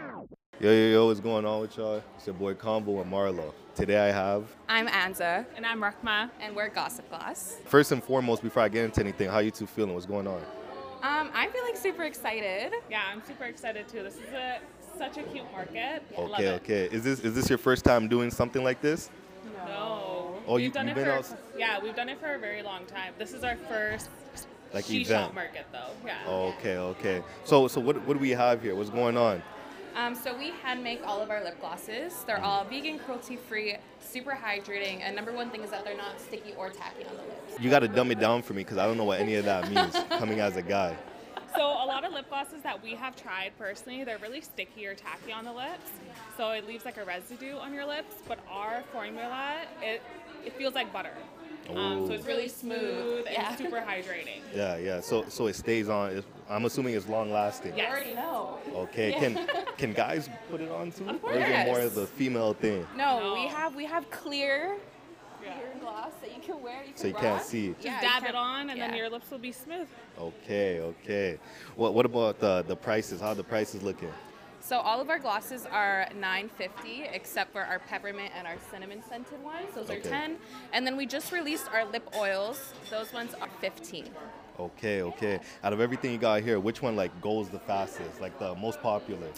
Yo, yo, yo, what's going on with y'all? It's your boy Combo and Marlo. Today I have, I'm Anza, And I'm Rakma. and we're Gossip Boss. first and foremost, before I get into anything, how you two feeling? What's going on? Um, I'm feeling super excited. Yeah, I'm super excited too. This is a such a cute market. Love Okay, it. okay. Is this is this your first time doing something like this? No. Oh, we've you- done you've it been outs- for yeah, we've done it for a very long time. This is our first Like she event. Oh. shop market though. Yeah. Okay, okay. So so what what do we have here? What's going on? Um, so we hand make all of our lip glosses. They're all vegan, cruelty free, super hydrating, and number one thing is that they're not sticky or tacky on the lips. You got to dumb it down for me because I don't know what any of that means coming as a guy. So a lot of lip glosses that we have tried personally, they're really sticky or tacky on the lips. So it leaves like a residue on your lips, but our formula it it feels like butter. Um, Ooh. so it's really Really smooth, smooth and yeah. super hydrating. Yeah, yeah. So so it stays on. It's, I'm assuming it's long lasting. You Yes. already know. Okay. Can can guys put it on too? Or is it course. more of the female thing? No, No. we have we have clear Yeah. clear gloss that you can wear. You can So you can't rock. see. Yeah, Just you dab can't- it on and then yeah. your lips will be smooth. Okay, okay. What what about the the prices? How the prices looking? So all of our glosses are 9.50, except for our peppermint and our cinnamon scented ones. Those Okay. are 10. And then we just released our lip oils. Those ones are 15. Okay, okay. Out of everything you got here, which one like goes the fastest? Like the most popular?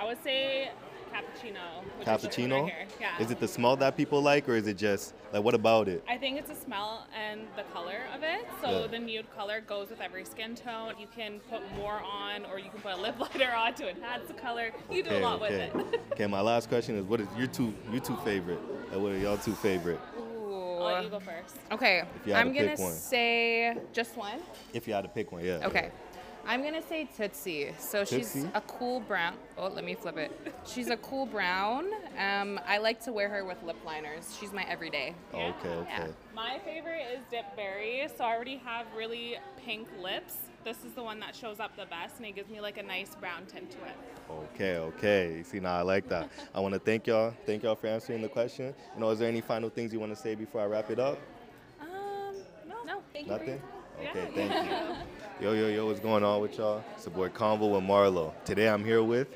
I would say cappuccino. which is just Cappuccino? right here. Yeah. Is it the smell that people like or is it just like what about it? I think it's the smell and the color of it. So Yeah. the nude color goes with every skin tone. You can put more on, or you can put a lip liner on to enhance the color. You do a lot with it. okay, my last question is what is your two your two favorite? Like what are y'all two favorite? Ooh. I'll let you go first. Okay. If you had I'm to going pick to one. say just one. If you had to pick one, yeah. Okay. I'm going to say Tootsie. So she's Tootsie? a cool brown. Oh, let me flip it. She's a cool brown. Um, I like to wear her with lip liners. She's my everyday. Oh, Okay, okay. My favorite is Dip Berry. So I already have really pink lips. This is the one that shows up the best, and it gives me like a nice brown tint to it. Okay, okay. See now I like that. I wanna thank y'all. Thank y'all for answering the question. You know, is there any final things you wanna say before I wrap it up? Um, no. no. Thank you for your Nothing? time. Okay, thank you. Yo, yo, yo, what's going on with y'all? It's your boy Convo with Marlo. Today I'm here with,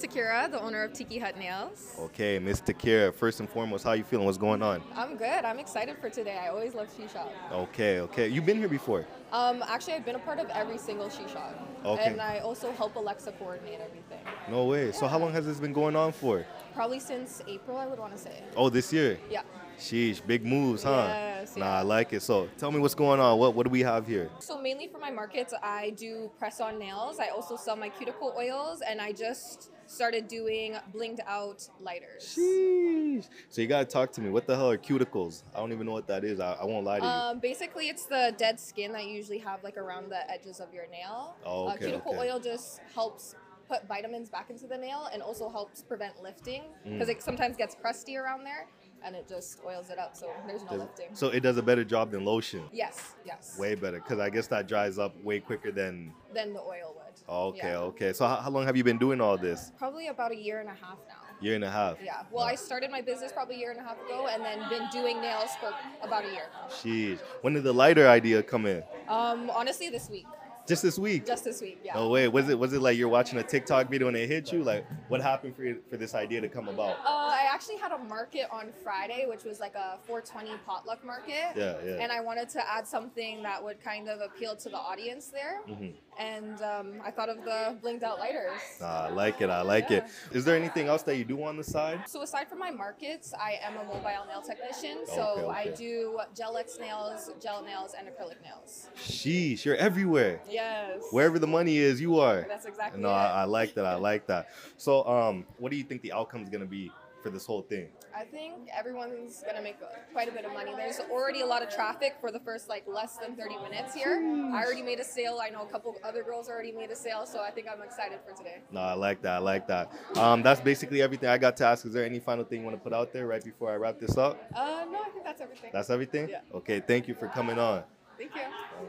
Takira, the owner of Tiki Hut Nails. okay, Miss Takira. First and foremost, how you feeling? What's going on? I'm good. I'm excited for today. I always love She Shop. Okay, okay. You've been here before. Um, actually, I've been a part of every single She Shop. Okay. And I also help Alexa coordinate everything. No way. So how long has this been going on for? Probably since April, I would want to say. Oh, this year. Yeah. Sheesh, big moves, huh? Yes, nah, yeah. I like it. So tell me what's going on. What what do we have here? So mainly for my markets, I do press-on nails. I also sell my cuticle oils, and I just started doing blinged out lighters. Sheesh. So you gotta talk to me. What the hell are cuticles? I don't even know what that is. I, I won't lie to you. Um, basically, it's the dead skin that you usually have like around the edges of your nail. Oh, okay, uh, cuticle okay. oil just helps put vitamins back into the nail and also helps prevent lifting Mm. because it sometimes gets crusty around there and it just oils it up. So there's no Does- lifting. so it does a better job than lotion. yes, yes. Way better, because I guess that dries up way quicker than. Then the oil would. Okay, oh Yeah. okay. So how, how long have you been doing all this? Probably about a year and a half now. Year and a half. Yeah. Well, I started my business probably a year and a half ago and then been doing nails for about a year. Sheesh. When did the lighter idea come in? Um, honestly, this week. Just this week. Just this week. Yeah. no way. Was it was it like you're watching a TikTok video and it hit you? Like what happened for you, for this idea to come about? Uh, I actually had a market on Friday, which was like a 420 potluck market. Yeah, yeah. And I wanted to add something that would kind of appeal to the audience there. Mhm. And um, I thought of the blinged out lighters. Nah, I like it. I like it. Is there anything else that you do on the side? So aside from my markets, I am a mobile nail technician. So Okay, I okay. do gel X nails, gel nails, and acrylic nails. Sheesh, you're everywhere. Yes. Wherever the money is, you are. That's exactly No, it. I, I like that. I like that. So, um, what do you think the outcome's gonna be for this whole thing? I think everyone's gonna make quite a bit of money. There's already a lot of traffic for the first like less than 30 minutes here. I already made a sale. I know a couple other girls already made a sale, so I think I'm excited for today. No, I like that. I like that. Um, that's basically everything I got to ask. Is there any final thing you want to put out there right before I wrap this up? Uh, no, I think that's everything. That's everything? Yeah. Okay, thank you for coming on. Thank you.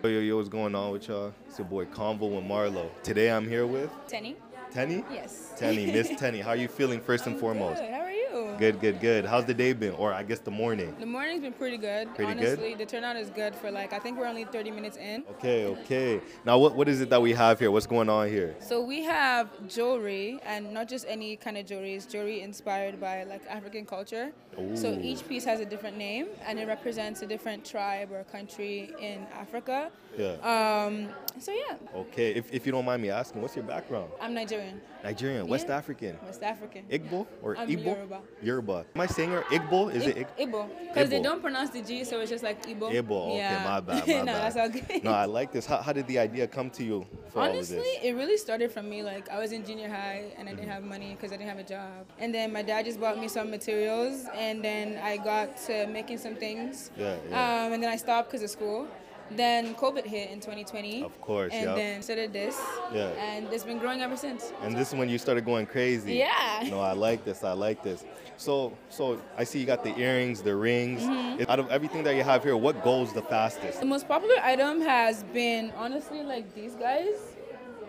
Yo, yo, yo, what's going on with y'all? It's your boy Convo with Marlo. Today I'm here with Tenny? Tenny. Yes. Tenny, Miss Tenny, how are you feeling first and foremost? Good. How are you? Good, good, good. How's the day been? Or I guess the morning. The morning's been pretty good. Pretty good? honestly, the turnout is good for like I think we're only 30 minutes in. Okay, okay. Now, what, what is it that we have here? What's going on here? So we have jewelry, and not just any kind of jewelry. It's jewelry inspired by like African culture. So Ooh. each piece has a different name, and it represents a different tribe or country in Africa. Yeah. Um, so yeah, Okay, if, if you don't mind me asking, what's your background? I'm Nigerian, Nigerian, West Yeah. African, West African. Igbo or I'm Igbo? Yoruba. Yoruba. Am I saying it? Igbo? Is it Igbo? Igbo? Because they Igbo. don't pronounce the G, so it's just like Igbo. Igbo. Okay, Yeah. my bad. My no, bad. that's all good. No, I like this. How, how did the idea come to you for all of Honestly, this? it really started from me. Like I was in junior high and I Mm-hmm. didn't have money because I didn't have a job. And then my dad just bought me some materials, and then I got to making some things. Yeah, yeah. Um, and then I stopped because of school. Then COVID hit in 2020. Of course, And yup. then started this. Yeah. And it's been growing ever since. And this is when you started going crazy. Yeah. No, I like this. I like this. So, so I see you got the earrings, the rings. Mm-hmm. It- Out of everything that you have here, what goes the fastest? The most popular item has been honestly like these guys,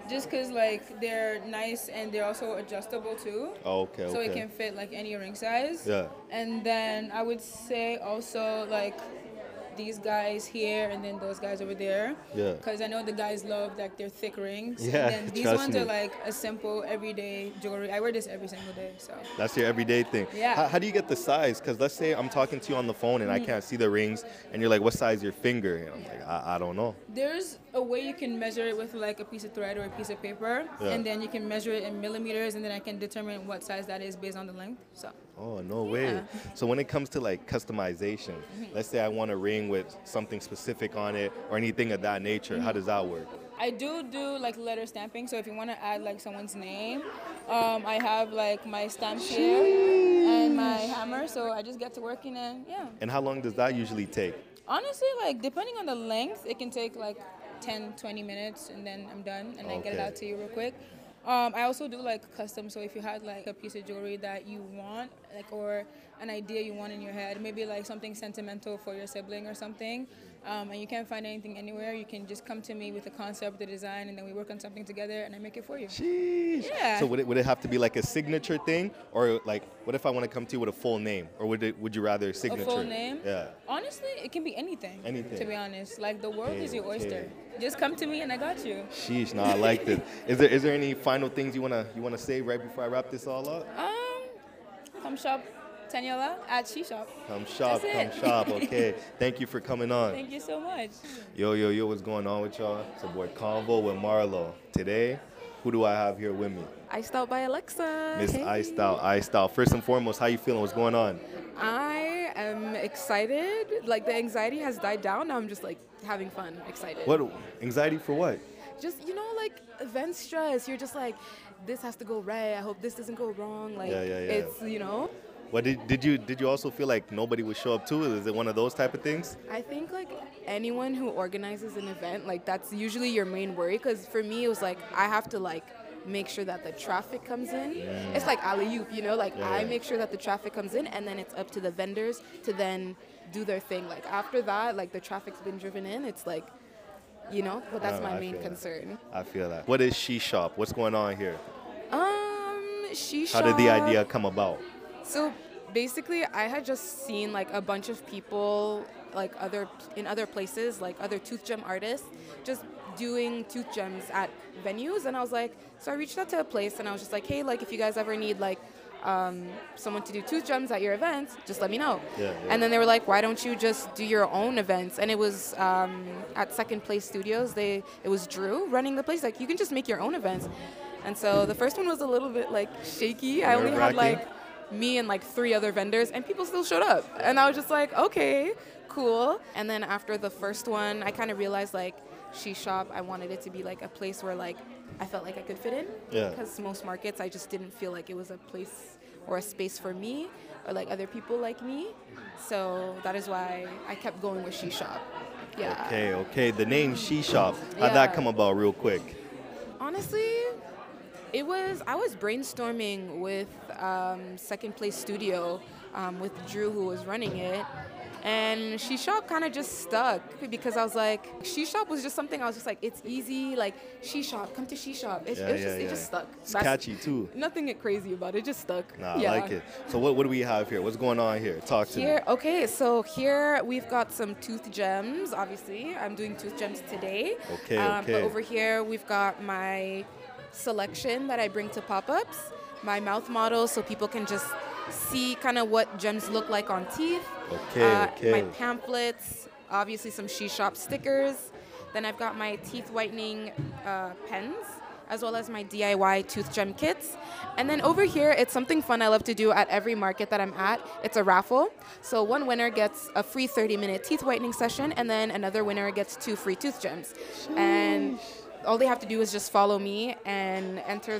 just because like they're nice and they're also adjustable too. Oh, Okay, So it okay. can fit like any ring size. Yeah. And then I would say also like these guys here and then those guys over there. Yeah. Because I know the guys love like their thick rings. Yeah, And then these trust ones me. are like a simple everyday jewelry. I wear this every single day. So That's your everyday thing. Yeah. Mm. How, how do you get the size? Because let's say I'm talking to you on the phone and I can't see the rings, and you're like, "What size your finger?" And I'm like, "I, I don't know." there's a way you can measure it with like a piece of thread or a piece of paper. Yeah. And then you can measure it in millimeters and then I can determine what size that is based on the length. So Oh no way! So when it comes to like customization, Mm-hmm. let's say I want a ring with something specific on it or anything of that nature, how Mm-hmm. does that work? I do do like letter stamping, so if you want to add like someone's name, um, I have like my stamp here and my hammer, so I just get to working and yeah. And how long does that usually take? Honestly, like depending on the length, it can take like 10, 20 minutes and then I'm done and I get it Okay. out to you real quick. Um, I also do like custom, so if you had like a piece of jewelry that you want, like or an idea you want in your head, maybe like something sentimental for your sibling or something, um, and you can't find anything anywhere, you can just come to me with the concept, the design, and then we work on something together and I make it for you. Sheesh. Yeah. So would it, would it have to be like a signature thing, or like what if I want to come to you with a full name, or would it, would you rather signature? A full name? Yeah. Honestly, it can be anything. Anything. To be honest, like the world Okay, is your okay. oyster. Just come to me and I got you. Sheesh. No, I like this. Is there is there any final things you wanna you wanna say right before I wrap this all up? Um, come shop Taniola at She Shop. Come shop, come That's it. shop. Okay. Thank you for coming on. Thank you so much. Yo, yo, yo, what's going on with y'all? It's your boy Convo with Marlo. Today, who do I have here with me? Iced out by Alexa. Miss Hey. Iced Out, Iced Out. First and foremost, how you feeling? What's going on? I am excited. Like the anxiety has died down. Now I'm just like having fun, excited. What anxiety for what? Just you know, like event stress. You're just like, this has to go right. I hope this doesn't go wrong. Like Yeah, yeah, yeah. it's you know. What did, did you did you also feel like nobody would show up to? Is it one of those type of things? I think like anyone who organizes an event, like that's usually your main worry. Because for me, it was like I have to like make sure that the traffic comes in. It's like alley oop, you know. Like Mm. Yeah, I yeah. make sure that the traffic comes in, and then it's up to the vendors to then do their thing. Like after that, like the traffic's been driven in. It's like, you know. But that's Oh, my I main feel that. concern. I feel that. What is She Shop? What's going on here? Um, she. How did the shop- idea come about? So basically, I had just seen like a bunch of people, like other in other places, like other tooth gem artists, just doing tooth gems at venues, and I was like, so I reached out to a place, and I was just like, hey, like if you guys ever need like. Um, someone to do tooth gems at your events, just let me know. Yeah, yeah. And then they were like, "Why don't you just do your own events?" And it was um, at Second Place Studios. They it was Drew running the place. Like, you can just make your own events. And so the first one was a little bit like shaky. I only had Nerve-wracking. like me and like three other vendors, and people still showed up. And I was just like, okay, cool. And then after the first one, I kind of realized like she shop. I wanted it to be like a place where like I felt like I could fit in. Yeah. Because most markets, I just didn't feel like it was a place or a space for me or like other people like me. So that is why I kept going with she shop. Yeah. Okay, okay. The name She Shop. How'd that Yeah. come about, real quick? Honestly, it was I was brainstorming with um, Second Place Studio um, with Drew, who was running it, And she shop kind of just stuck because I was like, she shop was just something I was just like, it's easy, like she shop, come to she shop. It, Yeah, it was yeah, just, yeah. it just stuck. It's catchy, too. Nothing crazy about it, it just stuck. Nah, Yeah. I like it. So what, what do we have here? What's going on here? Talk to Here, okay, so here we've got some tooth gems. Obviously, I'm doing tooth gems today. Um, Okay, okay. But over here we've got my selection that I bring to pop-ups, my mouth model, so people can just see kind of what gems look like on teeth. Okay, Uh, My okay. pamphlets, obviously some she shop stickers. Then I've got my teeth whitening uh, pens. As well as my DIY tooth gem kits. And then over here, it's something fun I love to do at every market that I'm at. It's a raffle. So one winner gets a free 30 minute teeth whitening session, and then another winner gets two free tooth gems. And all they have to do is just follow me and enter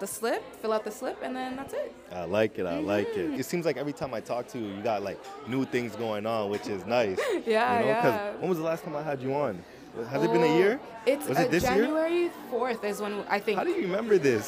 the slip, fill out the slip, and then that's it. you. I like it. I like Mm-hmm. it. It seems like every time I talk to you, you got like new things going on, which is nice. Yeah, you know? 'Cause yeah. When was the last time I had you on? Has it been a Oh, year? It's was uh, it this year? January 4th is when I think. How do you remember this?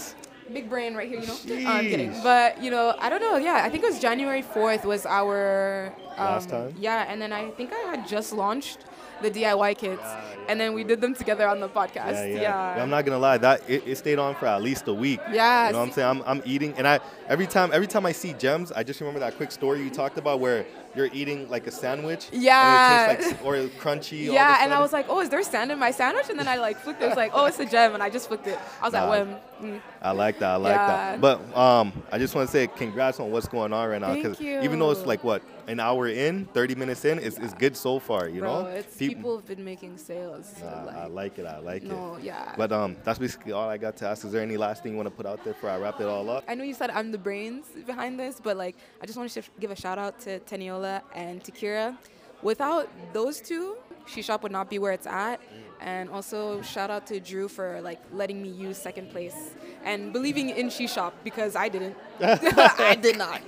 big brain right here, you know? Uh, I'm kidding. Sheesh. But, you know, I don't know. Yeah, I think it was January 4th was our. Um, Last time? Yeah, and then I think I had just launched the DIY kits, Ah, Yeah, and then we did them together on the podcast. Yeah. I'm not gonna lie, that it, it stayed on for at least a week. Yeah, You know what I'm see- saying? I'm, I'm eating and I every time every time I see gems, I just remember that quick story you talked about where you're eating like a sandwich. And Yeah. it tastes like or crunchy. all Yeah, of a and I sudden. was like, oh, is there sand in my sandwich? And then I like flicked it. It was like, oh, it's a gem, and I just flicked it. I was Nah. like, whim. Mm. I like that. I like Yeah. that. But um, I just want to say congrats on what's going on right now. Thank even though it's you. like what an hour in, 30 minutes in, it's, it's good so far. You Bro, know, it's Peop- people have been making sales. so, Nah, I like- like it. I like No, it. yeah. But um, that's basically all I got to ask. Is there any last thing you want to put out there before I wrap it all up? I know you said I'm the brains behind this, but like I just want to sh- give a shout out to Teniola and Takira. Without those two, She Shop would not be where it's at. And also shout out to Drew for like letting me use second place and believing in She Shop because I didn't. I did not.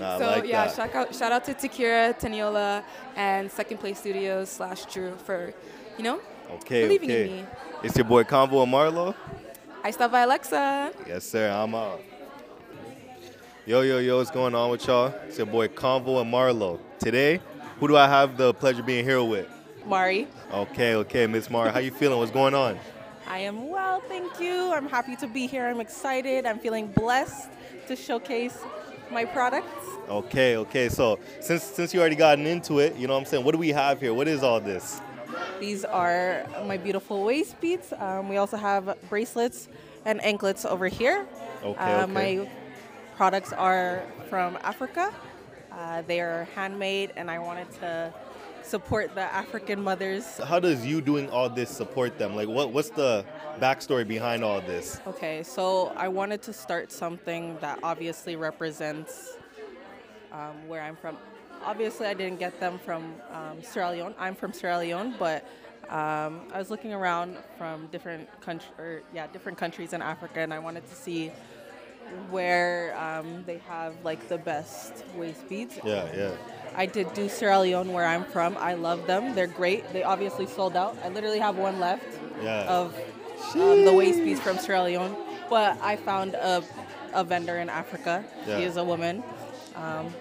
Nah, I so like yeah, that. shout out shout out to Takira, Teniola, and Second Place Studios slash Drew for, you know, Okay. believing okay. in me. It's your boy Convo and Marlo. I stop by Alexa. Yes, sir. I'm out. Yo, yo, yo, what's going on with y'all? It's your boy Convo and Marlo. Today, who do I have the pleasure of being here with? Mari. Okay, okay, Miss Mara, how you feeling? What's going on? I am well, thank you. I'm happy to be here. I'm excited. I'm feeling blessed to showcase my products. Okay, okay. So since since you already gotten into it, you know what I'm saying. What do we have here? What is all this? These are my beautiful waist beads. Um, we also have bracelets and anklets over here. Okay, Uh, okay. My products are from Africa. Uh, they are handmade, and I wanted to support the African mothers How does you doing all this support them? Like, what what's the backstory behind all this? Okay, so I wanted to start something that obviously represents um, where I'm from. Obviously, I didn't get them from um, Sierra Leone. I'm from Sierra Leone, but um, I was looking around from different country, or, yeah, different countries in Africa, and I wanted to see where um, they have like the best waist beads. Yeah, yeah. I did do Sierra Leone where I'm from. I love them. They're great. They obviously sold out. I literally have one left Yeah. of um, the waist beads from Sierra Leone. But I found a, a vendor in Africa. Yeah. She is a woman. Um,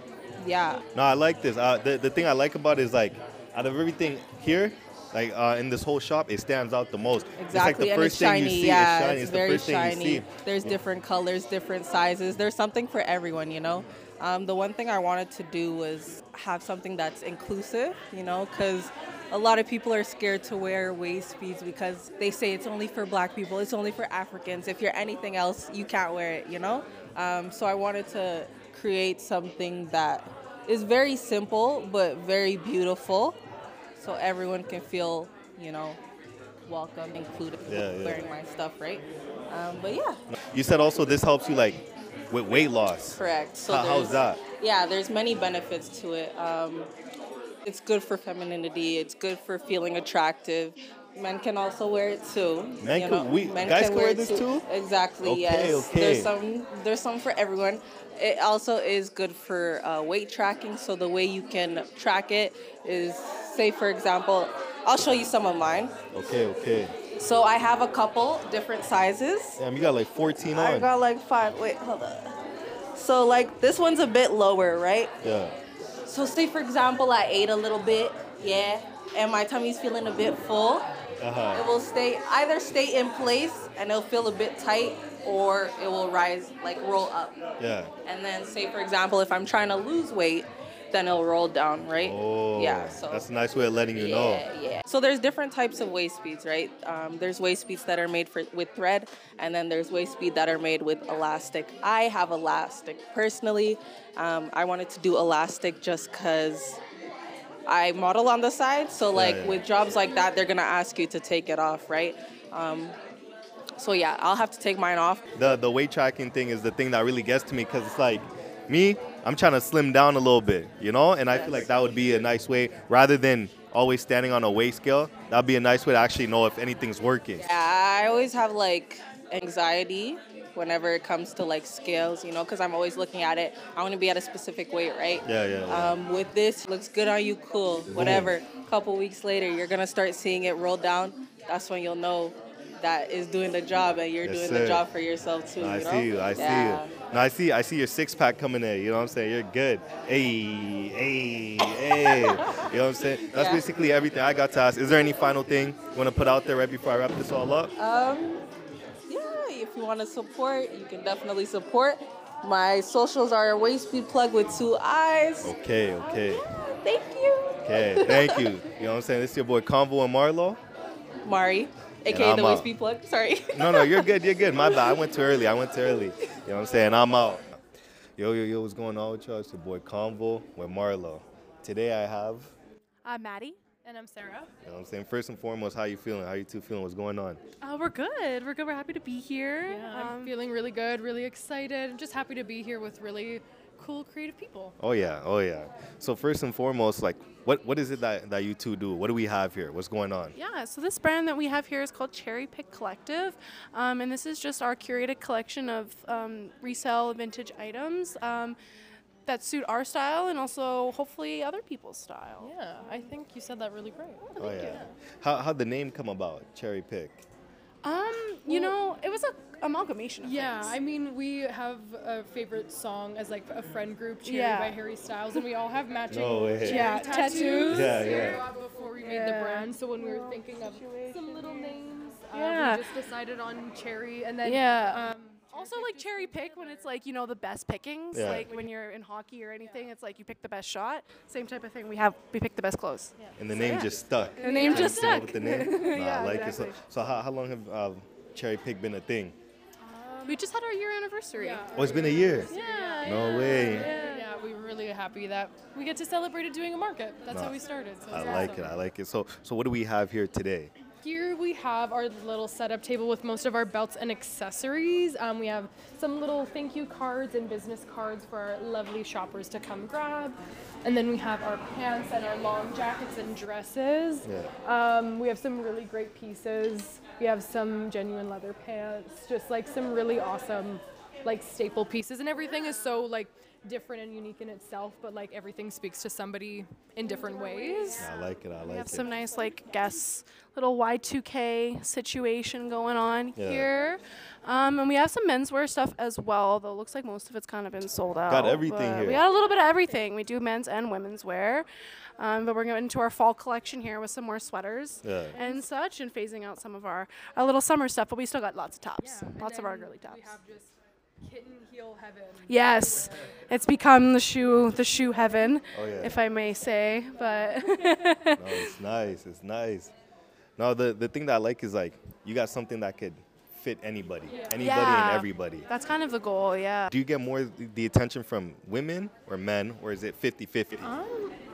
yeah. No, I like this. Uh, the the thing I like about it is like, out of everything here, like uh, in this whole shop, it stands out the most. It's like Exactly, the and it's first thing shiny. you see yeah, is shiny. it's, It's, the very first shiny. thing you see. There's different colors, different sizes. There's something for everyone, you know. Um, the one thing I wanted to do was have something that's inclusive, you know, because a lot of people are scared to wear waist beads because they say it's only for black people, it's only for Africans. If you're anything else, you can't wear it, you know. Um, so I wanted to create something that is very simple but very beautiful, so everyone can feel, you know, welcome, included, Yeah, yeah. wearing my stuff, right? Um, but yeah, You said also this helps you like with weight loss. correct. So How- how's there's- that? Yeah, there's many benefits to it. Um, it's good for femininity. It's good for feeling attractive. Men can also wear it too. Men you can- know. we- guys can wear it this too? Exactly. Okay, yes. okay. There's some. There's some for everyone. It also is good for uh, weight tracking. So the way you can track it is, say, for example, I'll show you some of mine. Okay, okay. So I have a couple different sizes. Damn, you got like 14 I on. got like five. Wait, hold up. So like this one's a bit lower, right? yeah. So say for example I ate a little bit, yeah, and my tummy's feeling a bit full. Uh-huh. It will stay either stay in place and it'll feel a bit tight or it will rise like roll up. Yeah. And then say for example if I'm trying to lose weight, then it'll roll down, right? Oh, yeah. So that's a nice way of letting you know. yeah, yeah. So there's different types of waist beads, right? Um, there's waist beads that are made for with thread, and then there's waist bead that are made with elastic. I have elastic personally. Um, I wanted to do elastic just because I model on the side. So like yeah. with jobs like that, they're gonna ask you to take it off, right? Um, so yeah, I'll have to take mine off. The the weight tracking thing is the thing that really gets to me because it's like me, I'm trying to slim down a little bit, you know, and I feel like that would be a nice way rather than always standing on a weight scale. That'd be a nice way to actually know if anything's working. Yeah, I always have like anxiety whenever it comes to like scales, you know, because I'm always looking at it. I want to be at a specific weight, right? Yeah, yeah, yeah. Um, with this, looks good on you, cool, whatever. couple weeks later, you're gonna start seeing it roll down. That's when you'll know that is doing the job and you're Yes, doing sir. the job for yourself too. No, I you know? see you. I Yeah. see you. No, I see. I see your six pack coming in. You know what I'm saying? You're good. Hey, hey, hey. you know what I'm saying? That's Yeah. basically everything I got to ask. Is there any final thing you want to put out there right before I wrap this all up? Um, yeah, if you want to support, you can definitely support. My socials are waist be plug with two eyes. Okay, okay, Thank you, okay. Thank you. You know what I'm saying? This is your boy Convo and Marlo. Mari, And aka I'm the out. waist be plug. Sorry. No, no, you're good. You're good. My bad. I went too early. I went too early. You know what I'm saying? I'm out. Yo, yo, yo. What's going on with y'all? It's your boy Convo with Marlo. Today I have. I'm Maddie. And I'm Sarah. You know what I'm saying? First and foremost, how you feeling? How you two feeling? What's going on? Uh, we're good. We're good. We're happy to be here. I'm feeling really good, really excited. I'm just happy to be here with really cool, creative people. Oh yeah, oh yeah. So first and foremost, like, what what is it that, that you two do? What do we have here? What's going on? Yeah, so this brand that we have here is called Cherry Pick Collective, um, and this is just our curated collection of um, resale vintage items um, that suit our style and also hopefully other people's style. yeah, I think you said that really great. oh yeah. How how the name come about? Cherry pick. Um, you know, it was a amalgamation of Yeah, things. I mean, we have a favorite song as like a friend group, Cherry Yeah. by Harry Styles, and we all have matching No way. cherry Yeah, tattoos. tattoos. Oh, Yeah, we yeah. got Before we made the brand, so when we were thinking of some little names, uh, Yeah. we just decided on Cherry, and then Yeah. um, also like cherry pick when it's like you know the best pickings Yeah. like when you're in hockey or anything it's like you pick the best shot same type of thing we have we pick the best clothes And the name yeah. just stuck. the name just You know, stuck With the name. Nah, Yeah, I like it. exactly. So, so how, how long have uh, cherry pick been a thing? Um, we just had our year anniversary yeah. Oh, it's been a year. yeah, No way. Yeah, we were really happy that we get to celebrate it doing a market. That's No, how we started. So I it's like awesome. it. I like it. So so what do we have here today? Here we have our little setup table with most of our belts and accessories. Um, we have some little thank you cards and business cards for our lovely shoppers to come grab. And then we have our pants and our long jackets and dresses. Um, we have some really great pieces. We have some genuine leather pants, just like some really awesome like staple pieces and everything is so like different and unique in itself, but like everything speaks to somebody in different ways. I like it. I like we have it. some nice like guess little y2k situation going on Yeah. here um, and we have some menswear stuff as well though looks like most of it's kind of been sold out everything but we here. got a little bit of everything we do men's and women's wear um, but we're going into our fall collection here with some more sweaters Yeah. and such and phasing out some of our, our little summer stuff but we still got lots of tops And lots of our then girly tops We have just kitten heel heaven. Yes, it's become the shoe, the shoe heaven, Oh, yeah. if I may say. But No, it's nice. It's nice. No, the, the thing that I like is like you got something that could fit anybody, anybody Yeah. and everybody. that's kind of the goal, yeah. Do you get more th- the attention from women or men, or is it 50 50?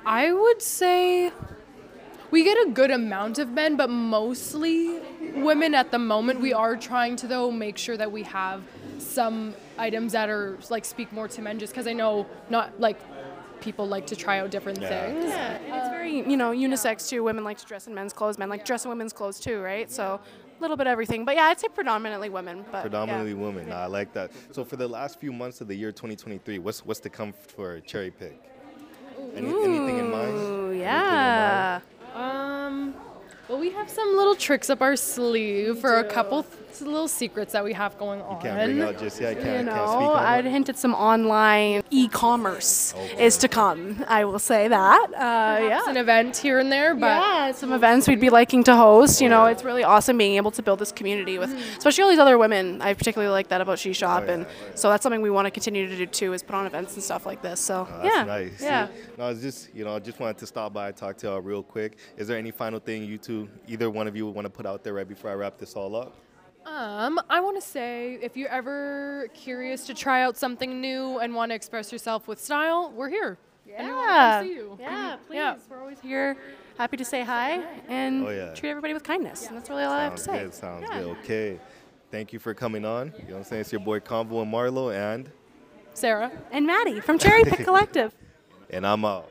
I would say we get a good amount of men, but mostly women at the moment. We are trying to though make sure that we have some items that are like speak more to men, just because I know not like people like to try out different Yeah. things. Uh, Yeah, and it's very, you know, unisex too. Women like to dress in men's clothes, men like to dress in women's clothes too, right? So a little bit everything. But yeah, I'd say predominantly women. But yeah. Predominantly women. Nah, I like that. So for the last few months of the year 2023, what's what's to come for cherry pick? Any, anything in mind? Anything in Ooh, mind? yeah. Um, Well, we have some little tricks up our sleeve for a couple th- little secrets that we have going on. Can't bring out just yeah, I can't, You can't speak know, on I'd it. hint at some online e-commerce is to come. I will say that. Uh, yeah. It's an event here and there, but yeah, some events we'd be liking to host. You know, it's really awesome being able to build this community with, especially all these other women. I particularly like that about She Shop, Oh, and so that's something we want to continue to do too, is put on events and stuff like this. So Oh, that's yeah, nice. yeah. No, it's just you know, I just wanted to stop by and talk to y'all real quick. Is there any final thing you two, either one of you, would want to put out there right before I wrap this all up? Um, I want to say if you're ever curious to try out something new and want to express yourself with style, we're here. Yeah. And we wanna come see you. Mhm. Yeah, please. Yeah. We're always here. Happy to say hi and Oh, yeah. treat everybody with kindness. And that's really all Mm, I have to sounds say. good. Sounds Yeah. good. Okay. Thank you for coming on. You know what I'm saying? It's your boy Convo and Marlo, and Sarah. And Maddie from Cherry Pick Collective. and I'm out.